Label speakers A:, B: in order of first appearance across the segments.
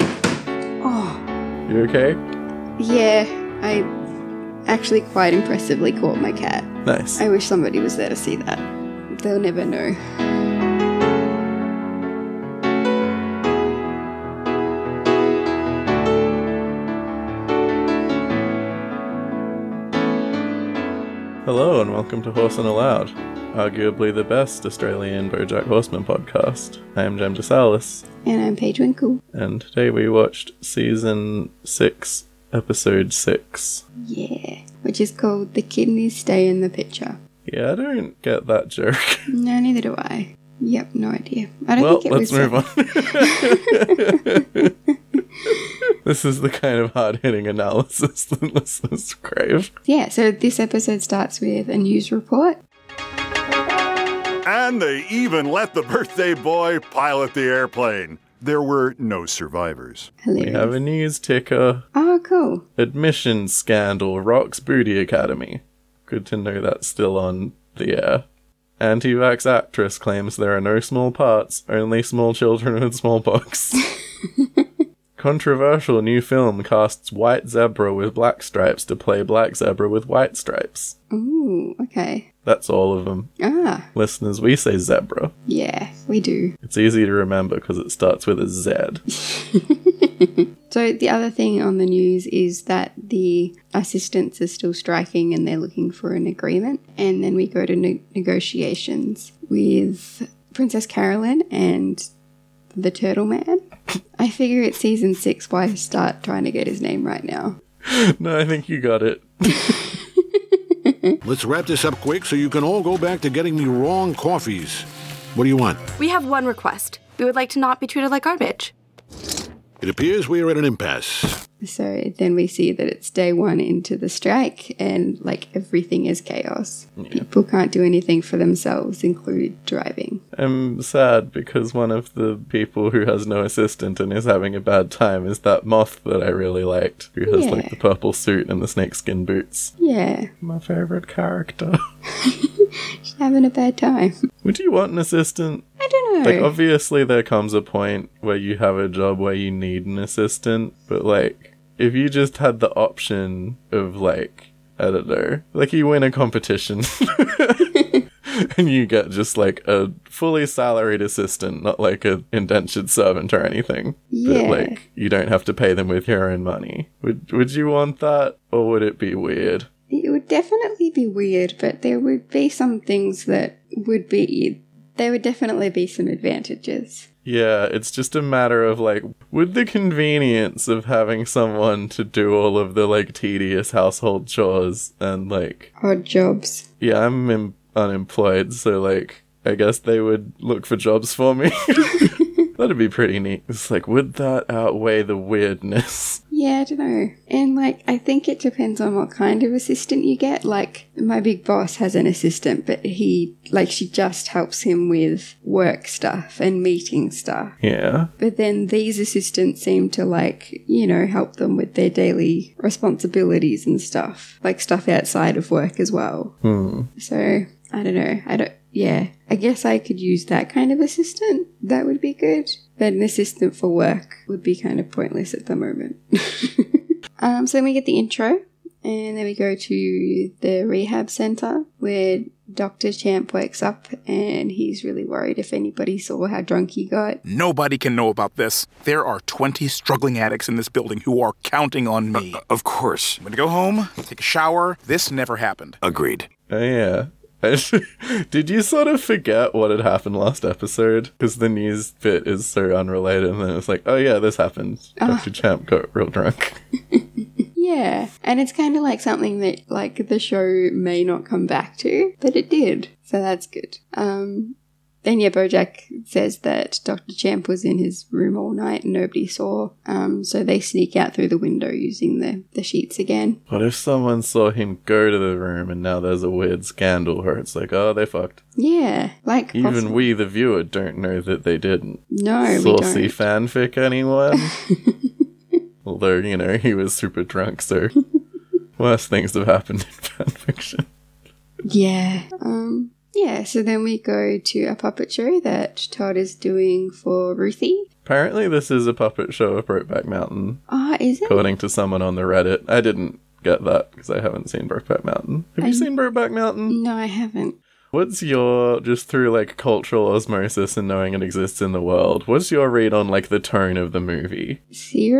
A: oh,
B: You okay?
A: yeah. I actually quite impressively caught my cat.
B: Nice.
A: I wish somebody was there to see that. They'll never know.
B: Hello and welcome to Horse and Allowed, arguably the best Australian BoJack Horseman podcast. I am Jem DeSalis,
A: And I'm Paige Winkle.
B: and today we watched season six, episode six.
A: Yeah. Which is called The Kidneys Stay in the Picture.
B: Yeah, I don't get that joke.
A: No, neither do I. Yep, no idea. I don't
B: Well,
A: think it
B: let's
A: was.
B: move on. this is the kind of hard-hitting analysis that listeners crave.
A: Yeah, so this episode starts with a news report.
C: And they even let the birthday boy pilot the airplane. There were no survivors.
B: We
A: Hilarious.
B: have a news ticker.
A: Oh, cool.
B: Admission scandal rocks Booty Academy. Good to know that's still on the air. Anti vax actress claims there are no small parts, only small children with smallpox. Controversial new film casts white zebra with black stripes to play black zebra with white stripes.
A: Ooh, okay.
B: That's all of them.
A: Ah,
B: Listeners, we say zebra.
A: yeah, we do.
B: It's easy to remember because it starts with a Z.
A: So the other thing on the news is that the assistants are still striking and they're looking for an agreement. And then we go to ne- negotiations with Princess Carolyn and the Turtle Man. I figure it's season six. Why start trying to get his name right now?
B: no, I think you got it.
D: Let's wrap this up quick so you can all go back to getting me wrong coffees. What do you want?
E: We have one request. We would like to not be treated like garbage.
D: It appears we are at an impasse.
A: So then we see that it's day one into the strike, and like everything is chaos. People can't do anything for themselves, include driving.
B: I'm sad because one of the people who has no assistant and is having a bad time is that moth that I really liked, who has like
A: Yeah.
B: the purple suit and the snakeskin boots.
A: Yeah,
B: My favorite character.
A: just having a bad time.
B: Would you want an assistant?
A: I don't know.
B: Like, obviously, there comes a point where you have a job where you need an assistant, but like, if you just had the option of like, I don't know, like you win a competition. And you get just like a fully salaried assistant, not like a indentured servant or anything.
A: Yeah.
B: But like you don't have to pay them with your own money. Would would you want that, or would it be weird?
A: it would definitely be weird, but there would be some things that would be. There would definitely be some advantages.
B: Yeah, it's just a matter of like, would the convenience of having someone to do all of the like tedious household chores and like,
A: Odd jobs.
B: yeah, I'm em- unemployed, so like, I guess they would look for jobs for me. That'd be pretty neat. It's like, would that outweigh the weirdness?
A: Yeah, I don't know. And like, I think it depends on what kind of assistant you get. Like, my big boss has an assistant, but he, like, she just helps him with work stuff and meeting stuff.
B: Yeah.
A: But then these assistants seem to, like, you know, help them with their daily responsibilities and stuff, like stuff outside of work as well.
B: Hmm.
A: So, I don't know. I don't, yeah. I guess I could use that kind of assistant. That would be good. But an assistant for work would be kind of pointless at the moment. um, so then we get the intro, and then we go to the rehab center where Dr. Champ wakes up and he's really worried if anybody saw how drunk he got.
F: Nobody can know about this. There are 20 struggling addicts in this building who are counting on me.
G: Uh,
H: Of course.
F: I'm gonna go home, take a shower. This never happened.
G: Uh,
H: Agreed.
B: Oh, yeah. Did you sort of forget what had happened last episode? Because the news bit is so unrelated, and then it's like, oh yeah, this happened. Dr. Champ got real drunk.
A: Yeah, and it's kind of like something that like the show may not come back to, but it did, so that's good. Um, and yeah, Bojack says that Doctor Champ was in his room all night and nobody saw. Um, so they sneak out through the window using the the sheets again.
B: What if someone saw him go to the room and now there's a weird scandal where it's like, oh, they fucked.
A: Yeah, like
B: Even
A: possi-
B: we, the viewer, don't know that they didn't.
A: no, we
B: Saucy
A: don't.
B: fanfic, anyone? Although, you know, he was super drunk, so worse things have happened in fanfiction.
A: Yeah. Um, yeah, so then we go to a puppet show that Todd is doing for Ruthie.
B: Apparently, this is a puppet show of Brokeback Mountain,
A: Ah, is it?
B: according to someone on the Reddit. I didn't get that because I haven't seen Brokeback Mountain. Have you
A: I-
B: seen Brokeback Mountain?
A: No, I haven't.
B: What's your just through like cultural osmosis and knowing it exists in the world? What's your read on like the tone of the movie?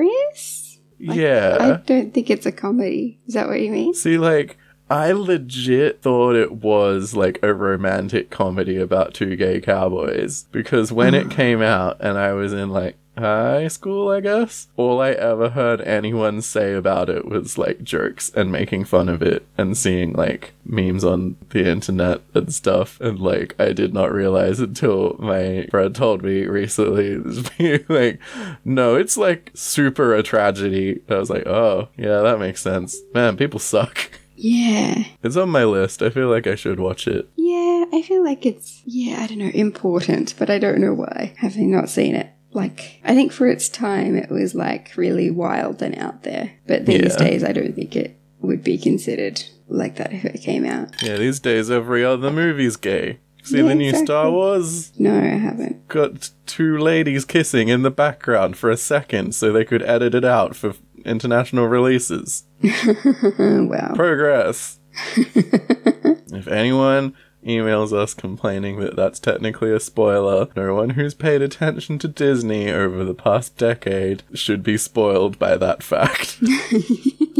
A: Serious?
B: yeah.
A: I don't think it's a comedy. Is that what you mean?
B: See, like, I legit thought it was like a romantic comedy about two gay cowboys because when it came out and I was in like high school, I guess, all I ever heard anyone say about it was like jokes and making fun of it and seeing like memes on the internet and stuff. And like, I did not realize until my friend told me recently, like, no, it's like super a tragedy. I was like, oh, yeah, that makes sense. Man, people suck.
A: Yeah.
B: It's on my list. I feel like I should watch it.
A: Yeah, I feel like it's, yeah, I don't know, important, but I don't know why, having not seen it. Like, I think for its time, it was like really wild and out there. But these
B: Yeah.
A: days, I don't think it would be considered like that if it came out.
B: Yeah, these days every other movie's gay. See
A: Yeah,
B: the new Star
A: exactly.
B: Wars?
A: No, I haven't.
B: Got two ladies kissing in the background for a second so they could edit it out for international releases.
A: Oh, wow.
B: Progress. if anyone emails us complaining that that's technically a spoiler, no one who's paid attention to Disney over the past decade should be spoiled by that fact.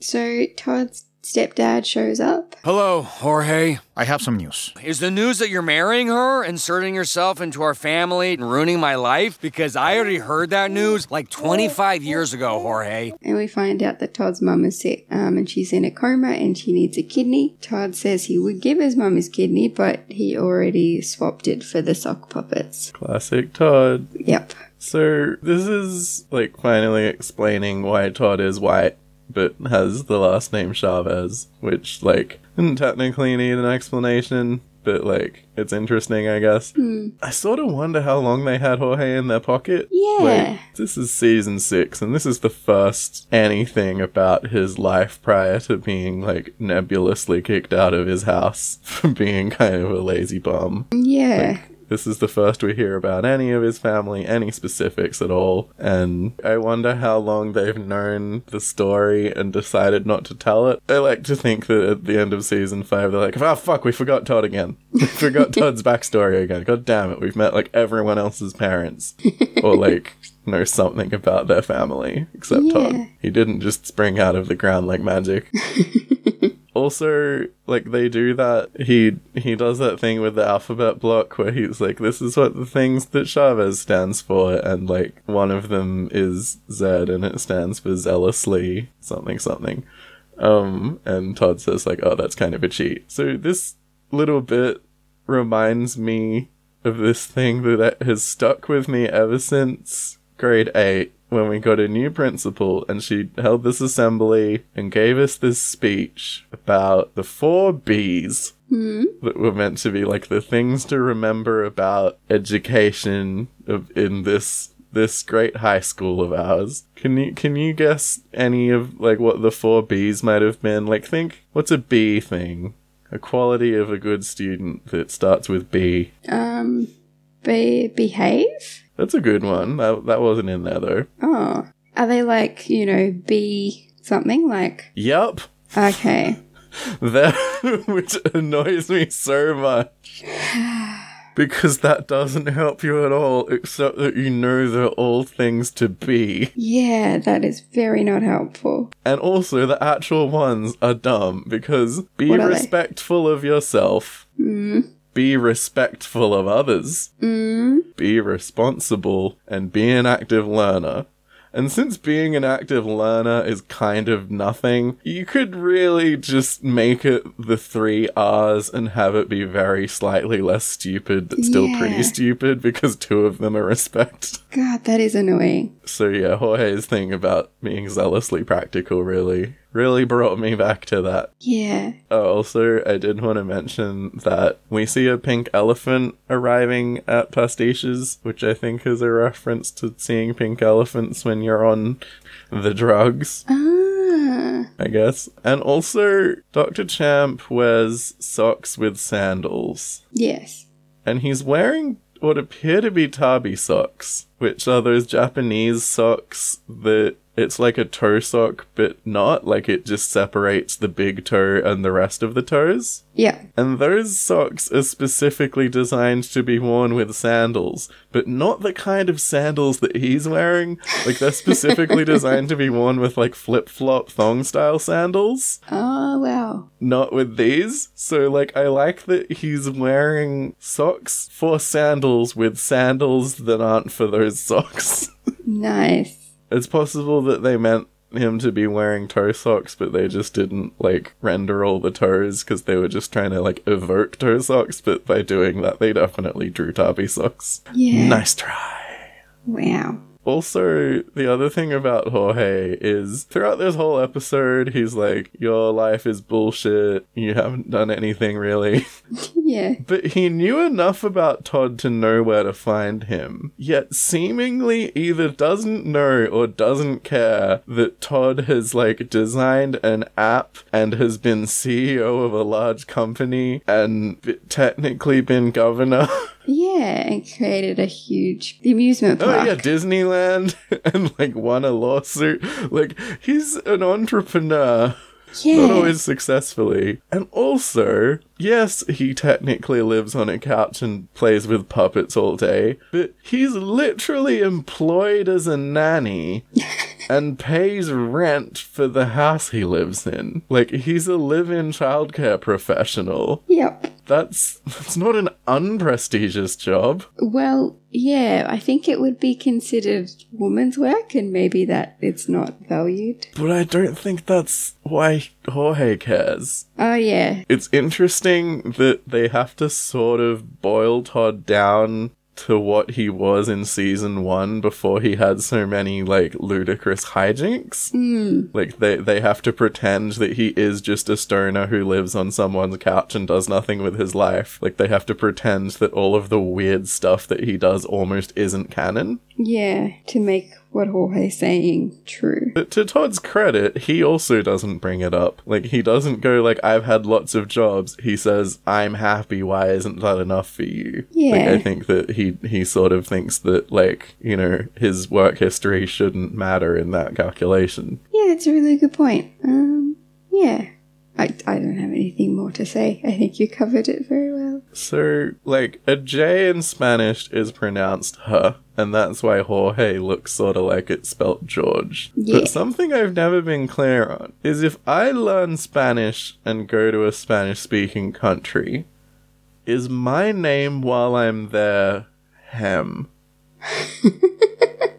A: So, Todd's stepdad shows up.
H: Hello, Jorge.
I: I have some news.
H: Is the news that you're marrying her, inserting yourself into our family, and ruining my life? Because I already heard that news like 25 years ago, Jorge.
A: And we find out that Todd's mum is sick um, and she's in a coma and she needs a kidney. Todd says he would give his mum his kidney, but he already swapped it for the sock puppets.
B: Classic Todd.
A: Yep.
B: So this is like finally explaining why Todd is white, but has the last name Chavez, which like didn't technically need an explanation, but like it's interesting, I guess. I sort of wonder how long they had Jorge in their pocket.
A: Yeah.
B: Like, this is season six, and this is the first anything about his life prior to being like nebulously kicked out of his house for being kind of a lazy bum.
A: Yeah.
B: This is the first we hear about any of his family, any specifics at all. And I wonder how long they've known the story and decided not to tell it. I like to think that at the end of season five, they're like, oh, fuck, we forgot Todd again. We forgot Todd's backstory again. God damn it. We've met like everyone else's parents. or like know something about their family except Todd. He didn't just spring out of the ground like magic also like they do that he he does that thing with the alphabet block where he's like this is what the things that chavez stands for and like one of them is z and it stands for zealously something something um and todd says like oh that's kind of a cheat so this little bit reminds me of this thing that has stuck with me ever since grade 8 when we got a new principal and she held this assembly and gave us this speech about the four B's that were meant to be like the things to remember about education of, in this this great high school of ours. Can you can you guess any of like what the four B's might have been? Like think what's a B thing? A quality of a good student that starts with B.
A: Um, be- behave?
B: That's a good one. That, that wasn't in there though.
A: Oh. Are they like, you know, be something? Like,
B: Yup.
A: okay.
B: That which annoys me so much. Because that doesn't help you at all, except that you know they're all things to be.
A: Yeah, that is very not helpful.
B: And also, the actual ones are dumb because be
A: What are they?
B: respectful of yourself. Be respectful of others. Be responsible and be an active learner. And since being an active learner is kind of nothing, you could really just make it the three R's and have it be very slightly less stupid, but still
A: Yeah.
B: pretty stupid because two of them are respect.
A: God, that is annoying.
B: So yeah, Jorge's thing about being zealously practical really, really brought me back to that.
A: Yeah.
B: Oh, also, I did want to mention that we see a pink elephant arriving at Pastiches, which I think is a reference to seeing pink elephants when you're on the drugs,
A: Ah.
B: I guess. And also, Dr. Champ wears socks with sandals
A: Yes.
B: and he's wearing what appear to be tabi socks, which are those Japanese socks that it's like a toe sock, but not like it just separates the big toe and the rest of the toes.
A: Yeah.
B: And those socks are specifically designed to be worn with sandals, but not the kind of sandals that he's wearing. Like, they're specifically designed to be worn with, like, flip flop thong style sandals,
A: Oh, wow.
B: not with these. So, like, I like that he's wearing socks for sandals with sandals that aren't for those socks.
A: Nice.
B: It's possible that they meant him to be wearing toe socks, but they just didn't like render all the toes because they were just trying to like evoke toe socks. But by doing that, they definitely drew tabby socks.
A: Yeah.
B: Nice try.
A: Wow.
B: Also, the other thing about Jorge is throughout this whole episode, he's like, Your life is bullshit. You haven't done anything really.
A: Yeah.
B: But he knew enough about Todd to know where to find him, yet seemingly either doesn't know or doesn't care that Todd has like designed an app and has been CEO of a large company and b- technically been governor.
A: Yeah, and created a huge the amusement
B: oh
A: park.
B: yeah, Disneyland and like won a lawsuit. Like he's an entrepreneur.
A: yeah.
B: Not always successfully. And also, yes, he technically lives on a couch and plays with puppets all day, but he's literally employed as a nanny and pays rent for the house he lives in. Like, he's a live in childcare professional.
A: Yep.
B: That's, that's not an unprestigious job.
A: Well, yeah, I think it would be considered woman's work, and maybe that it's not valued.
B: But I don't think that's why Jorge cares.
A: Oh yeah,
B: It's interesting that they have to sort of boil Todd down to what he was in season one before he had so many like ludicrous hijinks. Like they they have to pretend that he is just a stoner who lives on someone's couch and does nothing with his life. Like they have to pretend that all of the weird stuff that he does almost isn't canon.
A: yeah, to make what Jorge's saying true.
B: But to Todd's credit, he also doesn't bring it up. Like he doesn't go like I've had lots of jobs. He says I'm happy. Why isn't that enough for you? Like
A: Yeah.
B: I think that he he sort of thinks that like, you know, his work history shouldn't matter in that calculation.
A: Yeah, that's a really good point. Um, yeah, I I don't have anything more to say. I think you covered it very well.
B: So like a J in Spanish is pronounced her. And that's why Jorge looks sort of like it's spelt George.
A: Yeah.
B: But something I've never been clear on is if I learn Spanish and go to a Spanish speaking country, is my name while I'm there Hem?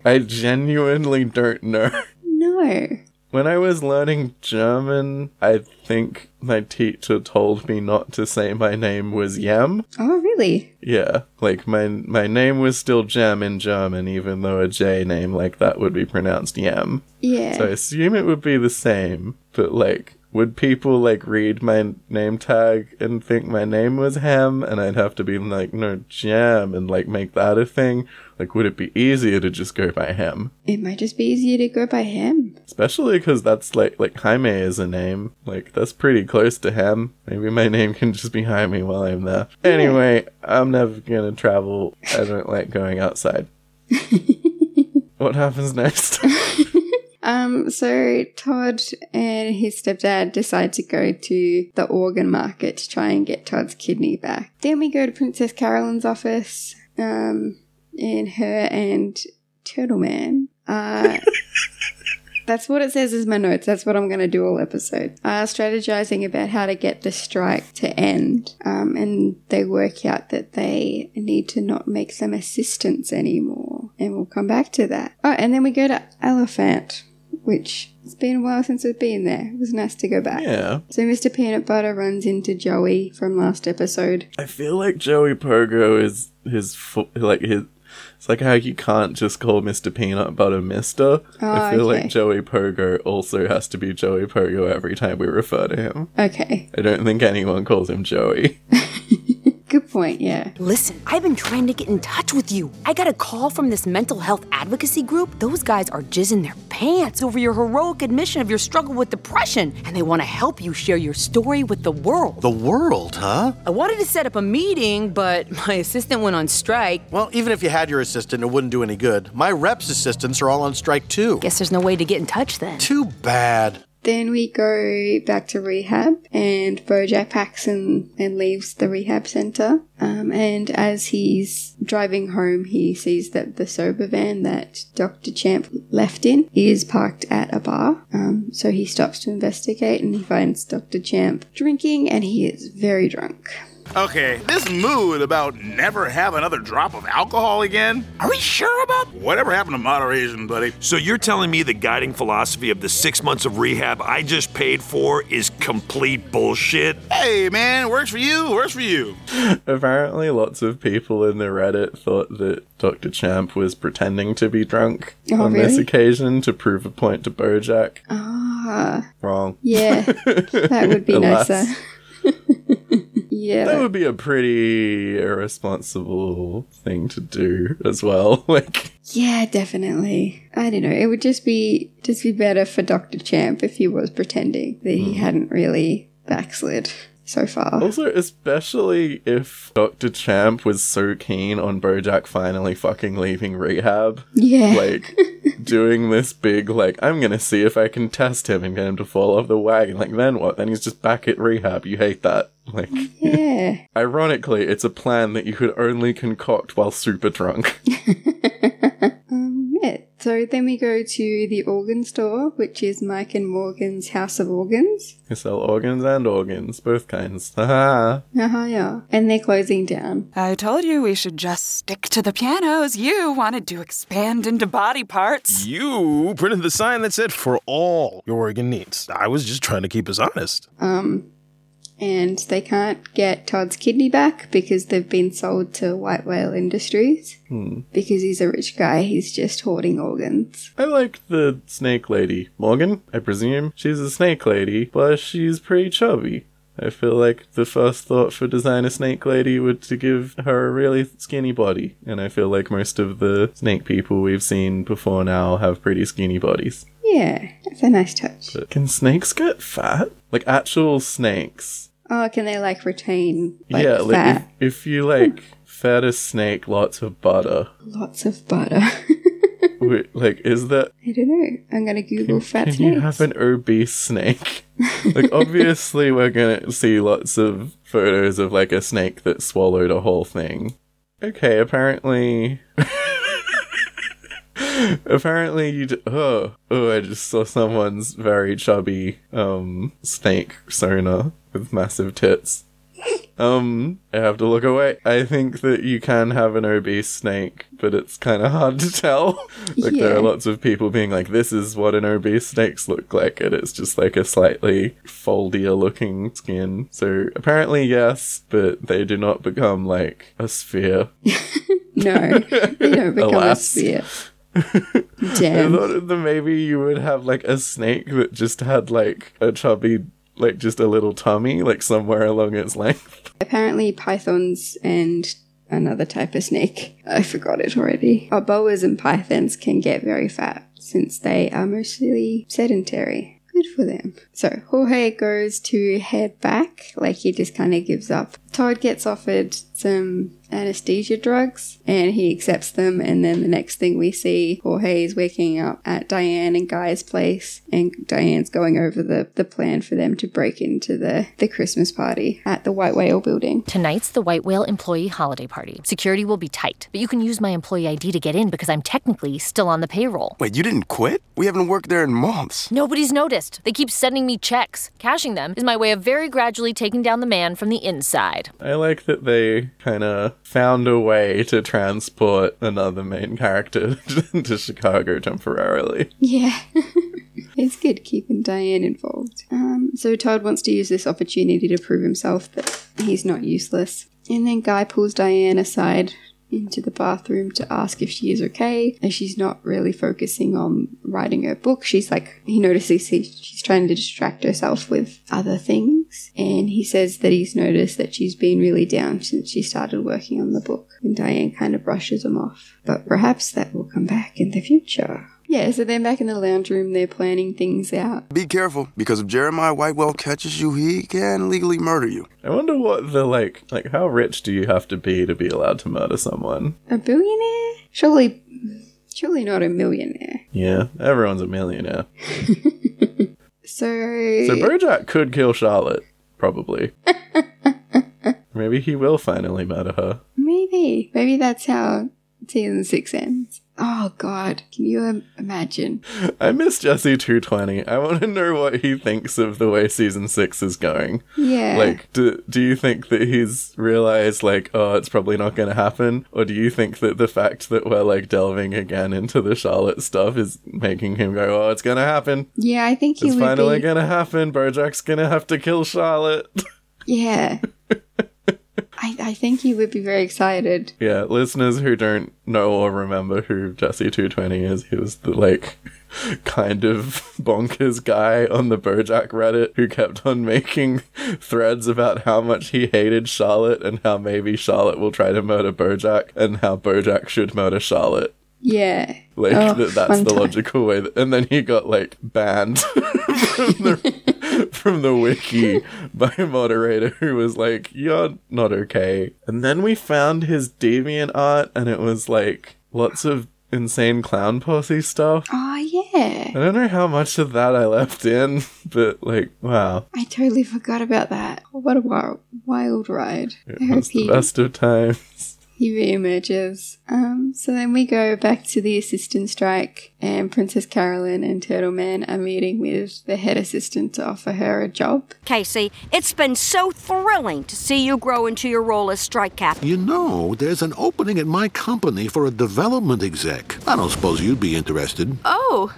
B: I genuinely don't know.
A: No,
B: When I was learning German, I think my teacher told me not to say my name was Yem.
A: oh really?
B: Yeah, like my my name was still Jem in German, even though a J name like that would be pronounced Yem.
A: Yeah,
B: So I assume it would be the same, but like, would people like read my name tag and think my name was Hem, and I'd have to be like, no, Jem, and like make that a thing? Like, would it be easier to just go by Hem?
A: it might just be easier to go by him.
B: Especially because that's like like Jaime is a name. Like that's pretty close to him. Maybe my name can just be Jaime while I'm there. Anyway, I'm never gonna travel. I don't like going outside. what happens next?
A: Um, so Todd and his stepdad decide to go to the organ market to try and get Todd's kidney back. Then we go to Princess Carolyn's office, um, and her and Turtle Man. Uh, that's what it says is my notes. That's what I'm going to do all episode. Uh, strategizing about how to get the strike to end. Um, and they work out that they need to not make them assistants anymore. And we'll come back to that. Oh, and then we go to Elephant, which it's been a while since I've been there. It was nice to go back.
B: yeah.
A: So Mr. Peanut Butter runs into Joey from last episode.
B: I feel like Joey Pogo is his fo- like his. It's like how you can't just call Mr. Peanut Butter Mister. I
A: Oh,
B: feel
A: okay.
B: like Joey Pogo also has to be Joey Pogo every time we refer to him.
A: Okay,
B: I don't think anyone calls him Joey.
A: good point. Yeah.
I: Listen, I've been trying to get in touch with you. I got a call from this mental health advocacy group. Those guys are jizzing their pants over your heroic admission of your struggle with depression, and they want to help you share your story with the world.
J: The world, huh?
I: I wanted to set up a meeting, but my assistant went on strike.
J: Well, even if you had your assistant, it wouldn't do any good. My rep's assistants are all on strike too.
I: Guess there's no way to get in touch then.
J: Too bad.
A: Then we go back to rehab, and Bojack packs and, and leaves the rehab center. Um, and as he's driving home, he sees that the sober van that Dr. Champ left in is parked at a bar. Um, so he stops to investigate and he finds Dr. Champ drinking, and he is very drunk.
F: Okay, this mood about never have another drop of alcohol again? Are we sure about whatever happened to moderation, buddy?
K: So you're telling me the guiding philosophy of the six months of rehab I just paid for is complete bullshit?
F: Hey, man, works for you, works for you.
B: Apparently, lots of people in the Reddit thought that Dr. Champ was pretending to be drunk
A: Oh,
B: on this
A: really?
B: occasion to prove a point to Bojack.
A: Ah,
B: Wrong.
A: yeah, that would be
B: Alas.
A: nicer. yeah,
B: That would be a pretty irresponsible thing to do as well. Like,
A: Yeah, definitely. I don't know. It would just be just be better for Doctor Champ if he was pretending that he hadn't really backslid so far.
B: also, especially if Dr. Champ was so keen on Bojack finally fucking leaving rehab,
A: yeah,
B: like doing this big, like, I'm gonna see if I can test him and get him to fall off the wagon. Like, then what? Then he's just back at rehab. You hate that. Like,
A: yeah.
B: ironically, it's a plan that you could only concoct while super drunk.
A: um, yeah. So then we go to the organ store, which is Mike and Morgan's house of organs.
B: you sell organs and organs, both kinds. Haha.
A: Uh-huh, yeah. And they're closing down.
L: I told you we should just stick to the pianos. You wanted to expand into body parts.
M: You printed the sign that said for all your organ needs. I was just trying to keep us honest.
A: Um, and they can't get Todd's kidney back because they've been sold to White Whale Industries. Because he's a rich guy, he's just hoarding organs.
B: I like the snake lady. Morgan, I presume. She's a snake lady, but she's pretty chubby. I feel like the first thought for design a snake lady would to give her a really skinny body, and I feel like most of the snake people we've seen before now have pretty skinny bodies.
A: Yeah, that's a nice touch.
B: But can snakes get fat? Like actual snakes.
A: Oh, can they like retain like
B: yeah,
A: fat?
B: like if, if you like fed a snake lots of butter,
A: Lots of butter.
B: wi- like is that
A: I don't know. I'm gonna Google fat
B: Can
A: snakes.
B: you have an obese snake? like, obviously, we're gonna see lots of photos of like a snake that swallowed a whole thing. Okay, apparently. apparently, you. D- oh, oh, I just saw someone's very chubby um snake Sona with massive tits. Um, I have to look away. I think that you can have an obese snake, but it's kind of hard to tell. like there
A: Yeah.
B: are lots of people being like, "This is what an obese snakes look like," and it's just like a slightly foldier looking skin. So apparently, yes, but they do not become like a sphere.
A: no, they don't become a
B: Alas.
A: sphere.
B: I
A: Damn.
B: thought that maybe you would have like a snake that just had like a chubby, like just a little tummy, like somewhere along its length.
A: Apparently, pythons and another type of snake. I forgot it already. Oh, boas and pythons can get very fat since they are mostly sedentary. Good for them. So Jorge goes to head back, like he just kind of gives up. Todd gets offered some anesthesia drugs and he accepts them. And then the next thing we see, Jorge is waking up at Diane and Guy's place, and Diane's going over the, the plan for them to break into the, the Christmas party at the White Whale building.
N: Tonight's the White Whale employee holiday party. Security will be tight, but you can use my employee ID to get in because I'm technically still on the payroll.
G: Wait, you didn't quit? We haven't worked there in months.
N: Nobody's noticed. They keep sending me checks. Cashing them is my way of very gradually taking down the man from the inside.
B: I like that they kind of found a way to transport another main character to Chicago temporarily.
A: Yeah. it's good keeping Diane involved. Um, so Todd wants to use this opportunity to prove himself, but he's not useless. And then Guy pulls Diane aside into the bathroom to ask if she is okay, and she's not really focusing on writing her book. She's like, he notices he, she's trying to distract herself with other things, and he says that he's noticed that she's been really down since she started working on the book. And Diane kind of brushes him off, but perhaps that will come back in the future. Yeah, so they're back in the lounge room, they're planning things out.
G: Be careful, because if Jeremiah Whitewell catches you, he can legally murder you.
B: I wonder what the like like how rich do you have to be to be allowed to murder someone?
A: A billionaire? Surely, surely not a millionaire.
B: Yeah, everyone's a millionaire.
A: So,
B: So Bojack could kill Charlotte, probably. Maybe he will finally murder her.
A: maybe, maybe that's how season six ends. Oh God, can you im- imagine?
B: I miss Jesse 220. I want to know what he thinks of the way season 6 is going.
A: Yeah.
B: Like, do, do you think that he's realized, like, oh, it's probably not going to happen? Or do you think that the fact that we're, like, delving again into the Charlotte stuff is making him go, oh, it's going to happen?
A: Yeah, I think he
B: It's
A: would
B: finally
A: be.
B: going to happen. Bojack's going to have to kill Charlotte.
A: Yeah. I, I think he would be very excited.
B: Yeah, listeners who don't know or remember who Jesse 220 is, he was the like kind of bonkers guy on the Bojack Reddit who kept on making threads about how much he hated Charlotte and how maybe Charlotte will try to murder Bojack and how Bojack should murder Charlotte.
A: Yeah.
B: Like
A: Oh,
B: that, that's
A: fun
B: the
A: time.
B: logical way. That, and then he got like banned from the from the wiki by a moderator who was like, "You're not okay." And then we found his deviant art, and it was like lots of insane clown posse stuff.
A: Oh yeah.
B: I don't know how much of that I left in, but like, wow,
A: I totally forgot about that. Oh, what a wild, wild ride.
B: it
A: I hope
B: was the
A: he,
B: best of times.
A: he reemerges. Um, so then we go back to the assistant strike, and Princess Carolyn and Turtle Man are meeting with the head assistant to offer her a job.
O: Casey, it's been so thrilling to see you grow into your role as strike captain.
D: You know, there's an opening at my company for a development exec. I don't suppose you'd be interested.
A: Oh,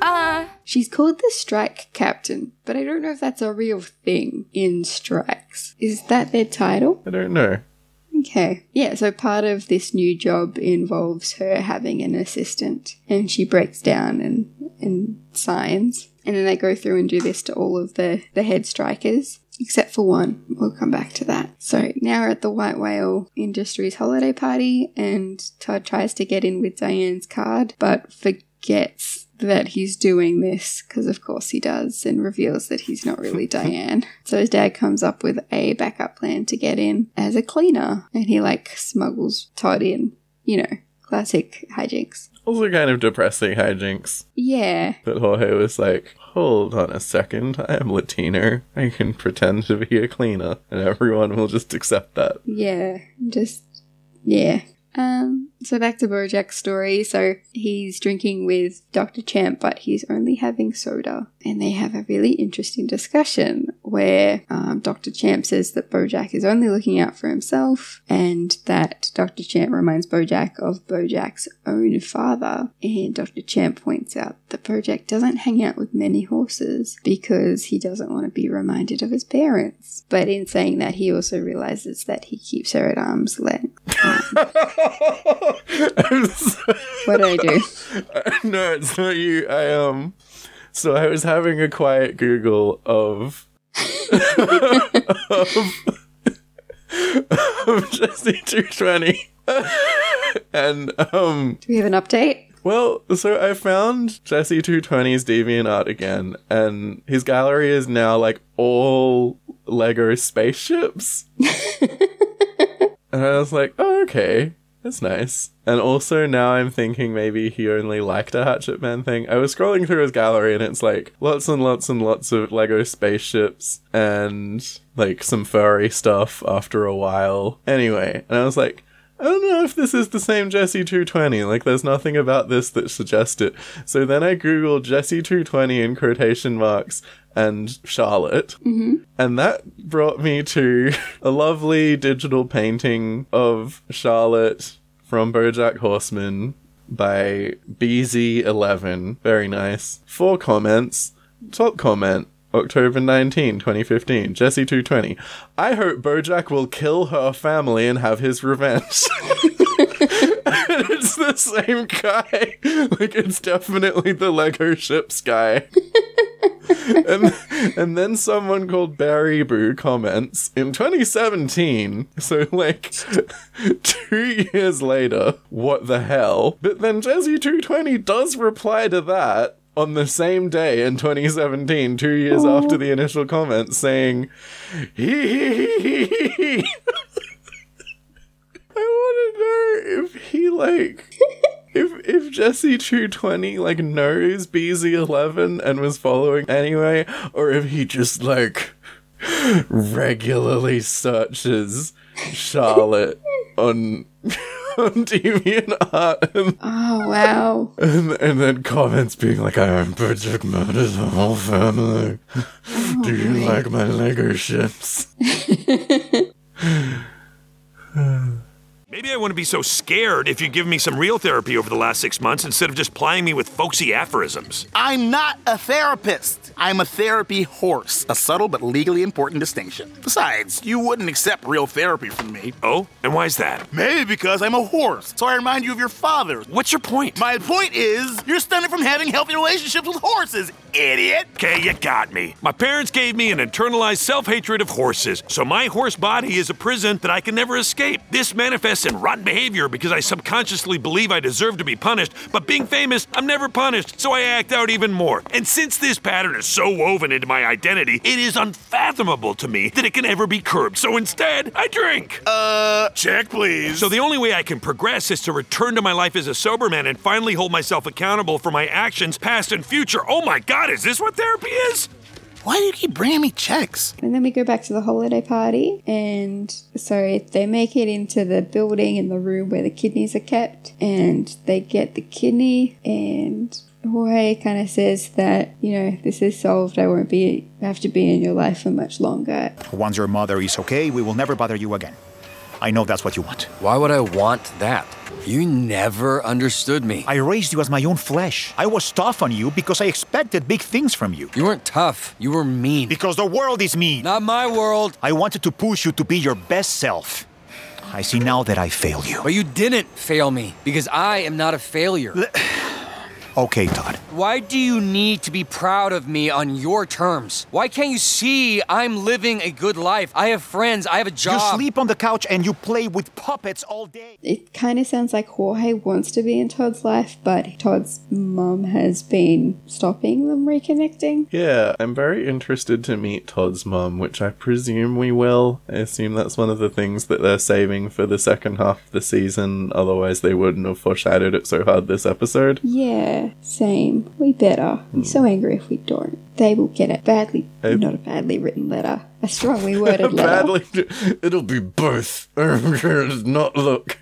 A: uh. She's called the Strike Captain, but I don't know if that's a real thing in strikes. Is that their title?
B: I don't know.
A: Okay. Yeah, so part of this new job involves her having an assistant, and she breaks down and, and signs. And then they go through and do this to all of the, the head strikers, except for one. We'll come back to that. So now we're at the White Whale Industries holiday party, and Todd tries to get in with Diane's card, but forgets that he's doing this, because of course he does, and reveals that he's not really Diane. So his dad comes up with a backup plan to get in as a cleaner, and he like smuggles Todd in. You know, classic hijinks.
B: Also, kind of depressing hijinks.
A: Yeah.
B: But Jorge was like, hold on a second, I am Latino. I can pretend to be a cleaner, and everyone will just accept that.
A: Yeah, just yeah. Um, so back to Bojack's story. So he's drinking with Dr. Champ, but he's only having soda. And they have a really interesting discussion where um, Dr. Champ says that Bojack is only looking out for himself, and that Dr. Champ reminds Bojack of Bojack's own father. And Dr. Champ points out that Bojack doesn't hang out with many horses because he doesn't want to be reminded of his parents. But in saying that, he also realizes that he keeps her at arm's length. what do I do?
B: no, it's not you. I um. So I was having a quiet Google of of, of Jesse two twenty, and um.
A: Do we have an update?
B: Well, so I found Jesse 220's deviant art again, and his gallery is now like all Lego spaceships. And I was like, oh, okay. That's nice. And also now I'm thinking maybe he only liked a Hatchet Man thing. I was scrolling through his gallery and it's like lots and lots and lots of Lego spaceships and like some furry stuff after a while. Anyway, and I was like, I don't know if this is the same Jesse 220. Like, there's nothing about this that suggests it. So then I googled Jesse 220 in quotation marks and Charlotte.
A: Mhm.
B: And that brought me to a lovely digital painting of Charlotte from Bojack Horseman by BZ11. Very nice. Four comments. Top comment. October 19, 2015. Jesse220. I hope Bojack will kill her family and have his revenge. And it's the same guy. Like, it's definitely the Lego ships guy. and, and then someone called Barry Boo comments in 2017. So, like, two years later, what the hell? But then Jazzy220 does reply to that on the same day in 2017, two years after the initial comment, saying, hee hee hee hee hee. I want to know if he, like, if if Jesse True Twenty like knows BZ Eleven and was following anyway, or if he just like regularly searches Charlotte on on DeviantArt.
A: Oh, wow.
B: And, and then comments being like, I am Project Murder, the whole family. Do you
A: my.
B: like my Lego ships?
K: Maybe I wouldn't be so scared if you give me some real therapy over the last six months instead of just plying me with folksy aphorisms.
F: I'm not a therapist. I'm a therapy horse, a subtle but legally important distinction. Besides, you wouldn't accept real therapy from me.
K: Oh, and why is that?
F: Maybe because I'm a horse, so I remind you of your father.
K: What's your point?
F: My point is, you're stunted from having healthy relationships with horses, idiot!
K: Okay, you got me. My parents gave me an internalized self hatred of horses, so my horse body is a prison that I can never escape. This manifests in rotten behavior because I subconsciously believe I deserve to be punished, but being famous, I'm never punished, so I act out even more. And since this pattern is so woven into my identity, it is unfathomable to me that it can ever be curbed, so instead, I drink.
F: Uh, check please.
K: So the only way I can progress is to return to my life as a sober man and finally hold myself accountable for my actions, past and future. Oh my god, is this what therapy is?
F: Why do you keep bringing me checks?
A: And then we go back to the holiday party, and so they make it into the building in the room where the kidneys are kept, and they get the kidney, and Jorge kind of says that you know this is solved. I won't be have to be in your life for much longer.
P: Once your mother is okay, we will never bother you again. I know that's what you want.
H: Why would I want that? You never understood me.
P: I raised you as my own flesh. I was tough on you because I expected big things from you.
H: You weren't tough, you were mean.
P: Because the world is mean.
H: Not my world.
P: I wanted to push you to be your best self. I see now that I failed you.
H: But you didn't fail me because I am not a failure.
P: Okay, Todd.
H: Why do you need to be proud of me on your terms? Why can't you see I'm living a good life? I have friends, I have a
P: You
H: job.
P: sleep on the couch and you play with puppets all day.
A: It kind of sounds like Jorge wants to be in Todd's life, but Todd's mum has been stopping them reconnecting.
B: Yeah, I'm very interested to meet Todd's mum, which I presume we will. I assume that's one of the things that they're saving for the second half of the season, otherwise, they wouldn't have foreshadowed it so hard this episode.
A: Yeah, same. We better. I'm so angry if we don't. They will get it badly.
B: I-
A: not a badly written letter. A strongly worded letter.
B: Badly, it'll be both. I'm gonna not look.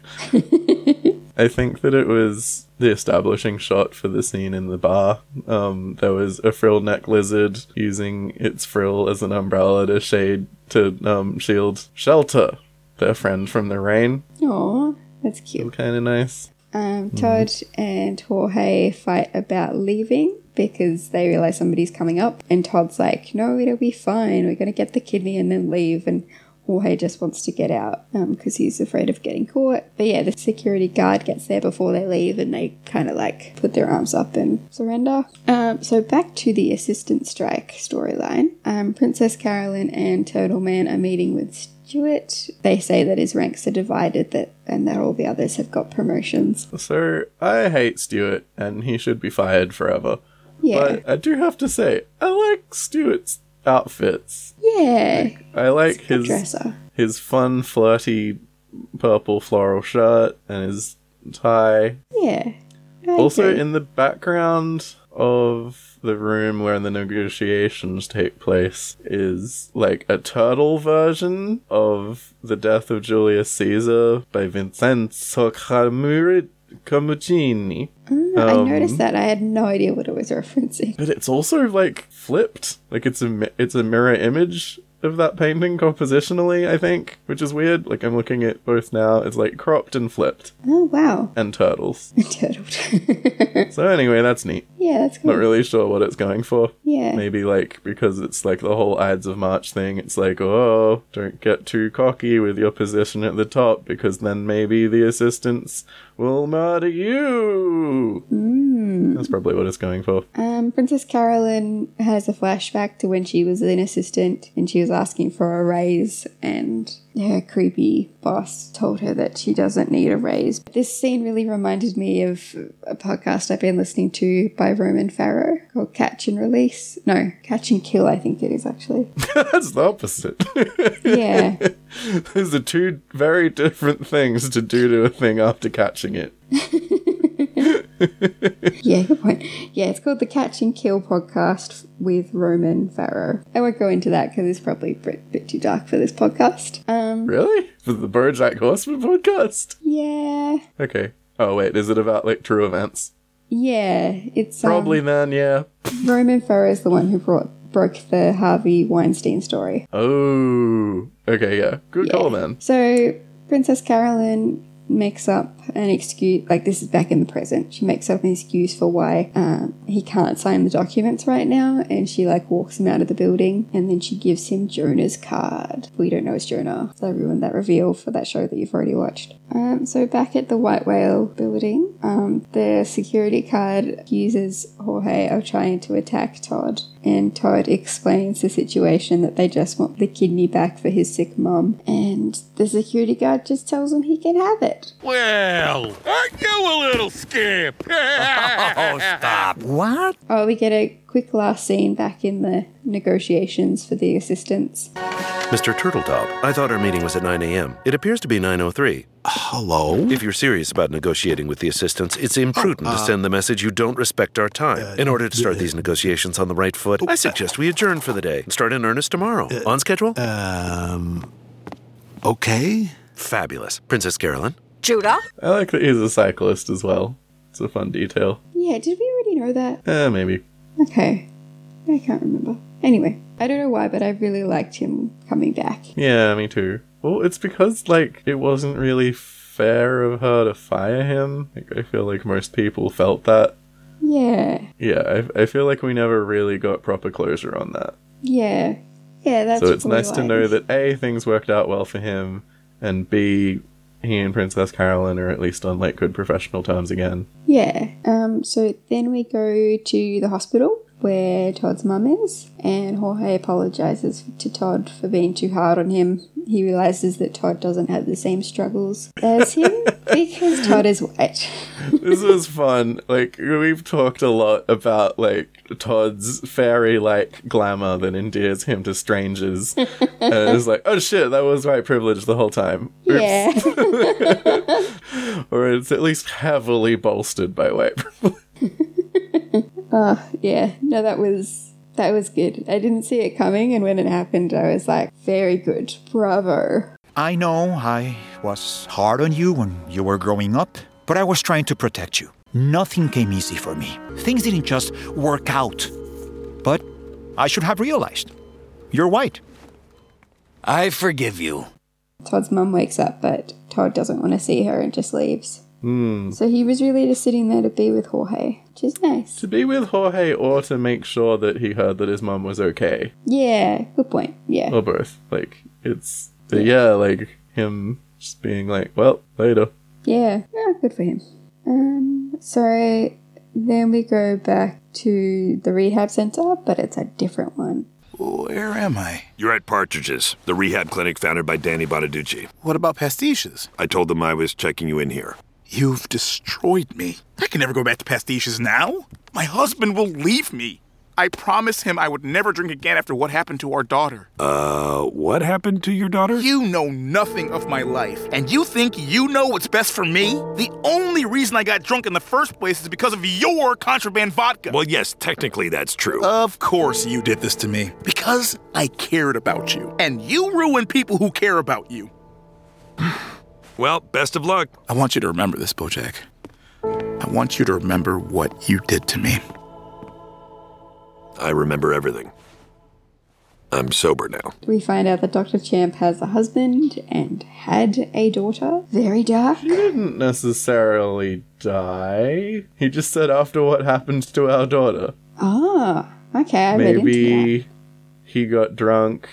B: I think that it was the establishing shot for the scene in the bar. Um, there was a frill neck lizard using its frill as an umbrella to shade to um, shield shelter their friend from the rain.
A: Aw, that's cute.
B: Kind of nice.
A: Um, Todd and Jorge fight about leaving because they realize somebody's coming up, and Todd's like, "No, it'll be fine. We're gonna get the kidney and then leave." And Jorge just wants to get out because he's afraid of getting caught. But yeah, the security guard gets there before they leave, and they kind of like put their arms up and surrender. Um, so back to the assistant strike storyline. Um, Princess Carolyn and Turtle Man are meeting with Stuart. They say that his ranks are divided, that and that all the others have got promotions.
B: So I hate Stuart, and he should be fired forever.
A: Yeah.
B: But I do have to say, I like Stuart's outfits.
A: Yeah.
B: I like
A: good
B: his
A: dresser.
B: his fun, flirty purple floral shirt and his tie.
A: Yeah. I
B: also,
A: agree.
B: in the background of the room where the negotiations take place is like a turtle version of the death of Julius Caesar by Vincenzo Camuri- Camuccini.
A: Ah, I
B: Um,
A: noticed that. I had no idea what it was referencing.
B: but it's also like flipped. Like it's a mi- it's a mirror image of that painting compositionally, I think, which is weird. Like I'm looking at both now. It's like cropped and flipped
A: Oh wow,
B: and turtles.
A: turtled.
B: so anyway, that's neat.
A: yeah, that's cool.
B: Not really sure what it's going for.
A: Yeah.
B: Maybe like because it's like the whole Ides of March thing. It's like, oh, don't get too cocky with your position at the top because then maybe the assistants will murder you.
A: Mm.
B: Or That's probably what it's going for.
A: Um, Princess Carolyn has a flashback to when she was an assistant and she was asking for a raise, and her creepy boss told her that she doesn't need a raise. This scene really reminded me of a podcast I've been listening to by Roman Farrow called Catch and Release. No, Catch and Kill, I think it is actually.
B: That's the opposite.
A: Yeah.
B: Those are two very different things to do to a thing after catching it.
A: yeah, good point. Yeah, it's called the Catch and Kill podcast with Roman Farrow. I won't go into that because it's probably a bit, bit too dark for this podcast. Um,
B: Really? For the Bojack Horseman podcast?
A: Yeah,
B: Okay. Oh, wait, is it about, like, true events?
A: yeah, it's um,
B: Probably then, yeah.
A: Roman Farrow is the one who brought broke the Harvey Weinstein story.
B: Oh. Okay, yeah. Good call then.
A: So Princess Carolyn makes up an excuse, like this is back in the present. She makes up an excuse for why um, he can't sign the documents right now, and she like walks him out of the building, and then she gives him Jonah's card. We don't know it's Jonah, so I ruined that reveal for that show that you've already watched. Um, so back at the White Whale building, um, the security guard uses Jorge of trying to attack Todd, and Todd explains the situation that they just want the kidney back for his sick mom, and the security guard just tells him he can have it.
Q: Well, aren't you a little skimp? oh, stop.
A: What? Oh, we get a quick last scene back in the negotiations for the assistance.
R: Mr. Turtletop, I thought our meeting was at 9 a.m. It appears to be 9.03. Hello? If you're serious about negotiating with the assistants, it's imprudent
D: Uh,
R: to send the message you don't respect our time. In order to start these negotiations on the right foot, I suggest we adjourn for the day and start in earnest tomorrow.
P: Uh,
R: on schedule? Um, okay. Fabulous. Princess Carolyn?
O: Judah?
B: I like that he's a cyclist as well. It's a fun detail.
A: Yeah, did we already know that?
B: Eh, maybe.
A: Okay. I can't remember. Anyway, I don't know why, but I really liked him coming back.
B: Yeah, me too. Well, it's because, like, it wasn't really fair of her to fire him. Like, I feel like most people felt that.
A: Yeah.
B: Yeah, I, I feel like we never really got proper closure on that.
A: Yeah. Yeah, that's
B: so it's
A: probably
B: nice to
A: why.
B: know that A, things worked out well for him, and B, he and Princess Carolyn are at least on, like, good professional terms again.
A: Yeah. Um, so then we go to the hospital where Todd's mum is, and Jorge apologizes to Todd for being too hard on him. He realizes that Todd doesn't have the same struggles as him because Todd is white.
B: this was fun. Like we've talked a lot about like Todd's fairy like glamour that endears him to strangers. and it's like, oh shit, that was white privilege the whole time. Oops.
A: Yeah.
B: Or it's at least heavily bolstered by white privilege.
A: Oh, yeah. No, that was that was good. I didn't see it coming, and when it happened, I was like, "Very good, bravo."
P: I know I was hard on you when you were growing up, but I was trying to protect you. Nothing came easy for me. Things didn't just work out. But I should have realized. You're white.
H: I forgive you.
A: Todd's mum wakes up, but Todd doesn't want to see her and just leaves.
B: Hmm.
A: So he was really just sitting there to be with Jorge, which is nice.
B: To be with Jorge or to make sure that he heard that his mum was okay.
A: Yeah, good point. Yeah.
B: Or both. Like it's but yeah, like him just being like, Well, later.
A: Yeah, yeah, good for him. Um, so then we go back to the rehab center, but it's a different one.
K: Where am I? You're at Partridge's, the rehab clinic founded by Danny Bonaducci.
F: What about pastiches?
K: I told them I was checking you in here.
F: You've destroyed me. I can never go back to pastiches now. My husband will leave me. I promised him I would never drink again after what happened to our daughter.
K: Uh, what happened to your daughter?
F: You know nothing of my life, and you think you know what's best for me? The only reason I got drunk in the first place is because of your contraband vodka.
K: Well, yes, technically that's true.
P: Uh.
F: Of course you did this to me. Because I cared about you. And you ruin people who care about you.
K: Well, best of luck.
F: I want you to remember this, Bojack. I want you to remember what you did to me.
K: I remember everything. I'm sober now.
A: We find out that Dr. Champ has a husband and had a daughter. Very dark.
B: didn't necessarily die. He just said after what happened to our daughter.
A: Ah, okay, I read into that.
B: Maybe he got drunk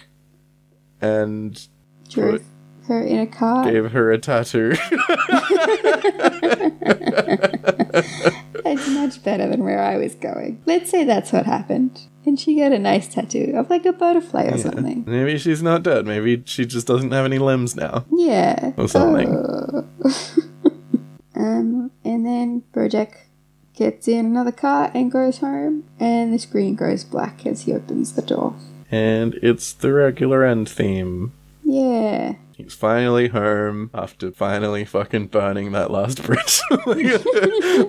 B: and
A: Drew
B: put
A: her in a car.
B: Gave her a tattoo.
A: That's much better than where I was going. Let's say that's what happened. And she got a nice tattoo of like a butterfly or something.
B: Maybe she's not dead. Maybe she just doesn't have any limbs now.
A: Yeah.
B: Or something.
A: Um, and then Bojack gets in another car and goes home, and the screen goes black as he opens the door.
B: And it's the regular end theme.
A: Yeah.
B: He's finally home after finally fucking burning that last bridge. like,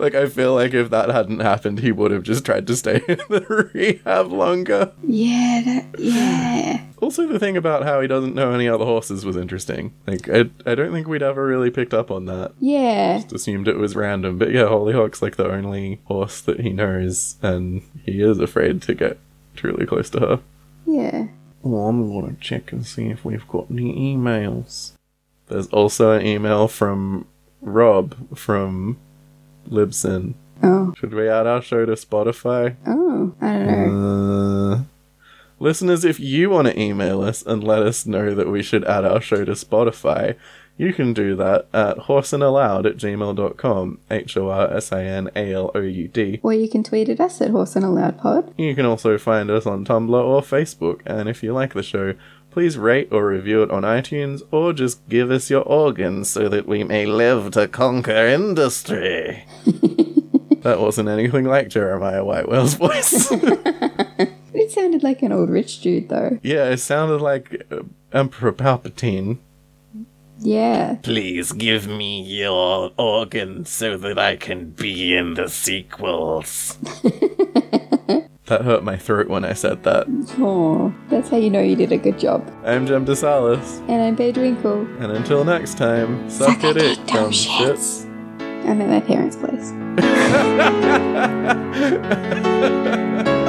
B: like, I feel like if that hadn't happened, he would have just tried to stay in the rehab longer.
A: Yeah, that, yeah.
B: Also, the thing about how he doesn't know any other horses was interesting. Like, I, I don't think we'd ever really picked up on that.
A: Yeah.
B: Just assumed it was random. But yeah, Hollyhock's like the only horse that he knows, and he is afraid to get truly close to her.
A: Yeah.
B: Well, I'm gonna check and see if we've got any emails. There's also an email from Rob from Libsyn.
A: Oh.
B: Should we add our show to Spotify?
A: Oh, I don't know.
B: Uh, listeners, if you want to email us and let us know that we should add our show to Spotify, you can do that at horseandaloud at gmail.com. H O R S I N A L O U D.
A: Or you can tweet at us at Horse and a Loud Pod.
B: You can also find us on Tumblr or Facebook, and if you like the show, please rate or review it on iTunes or just give us your organs so that we may live to conquer industry. that wasn't anything like Jeremiah Whitewell's voice.
A: It sounded like an old rich dude, though.
B: yeah, it sounded like uh, Emperor Palpatine.
A: Yeah.
S: Please give me your organ so that I can be in the sequels.
B: That hurt my throat when I said that.
A: Oh, that's how you know you did a good job.
B: I'm Jem DeSalis,
A: And I'm Paige Winkle.
B: and until next time, suck, it, it, dumb shits.
A: I'm at my parents' place.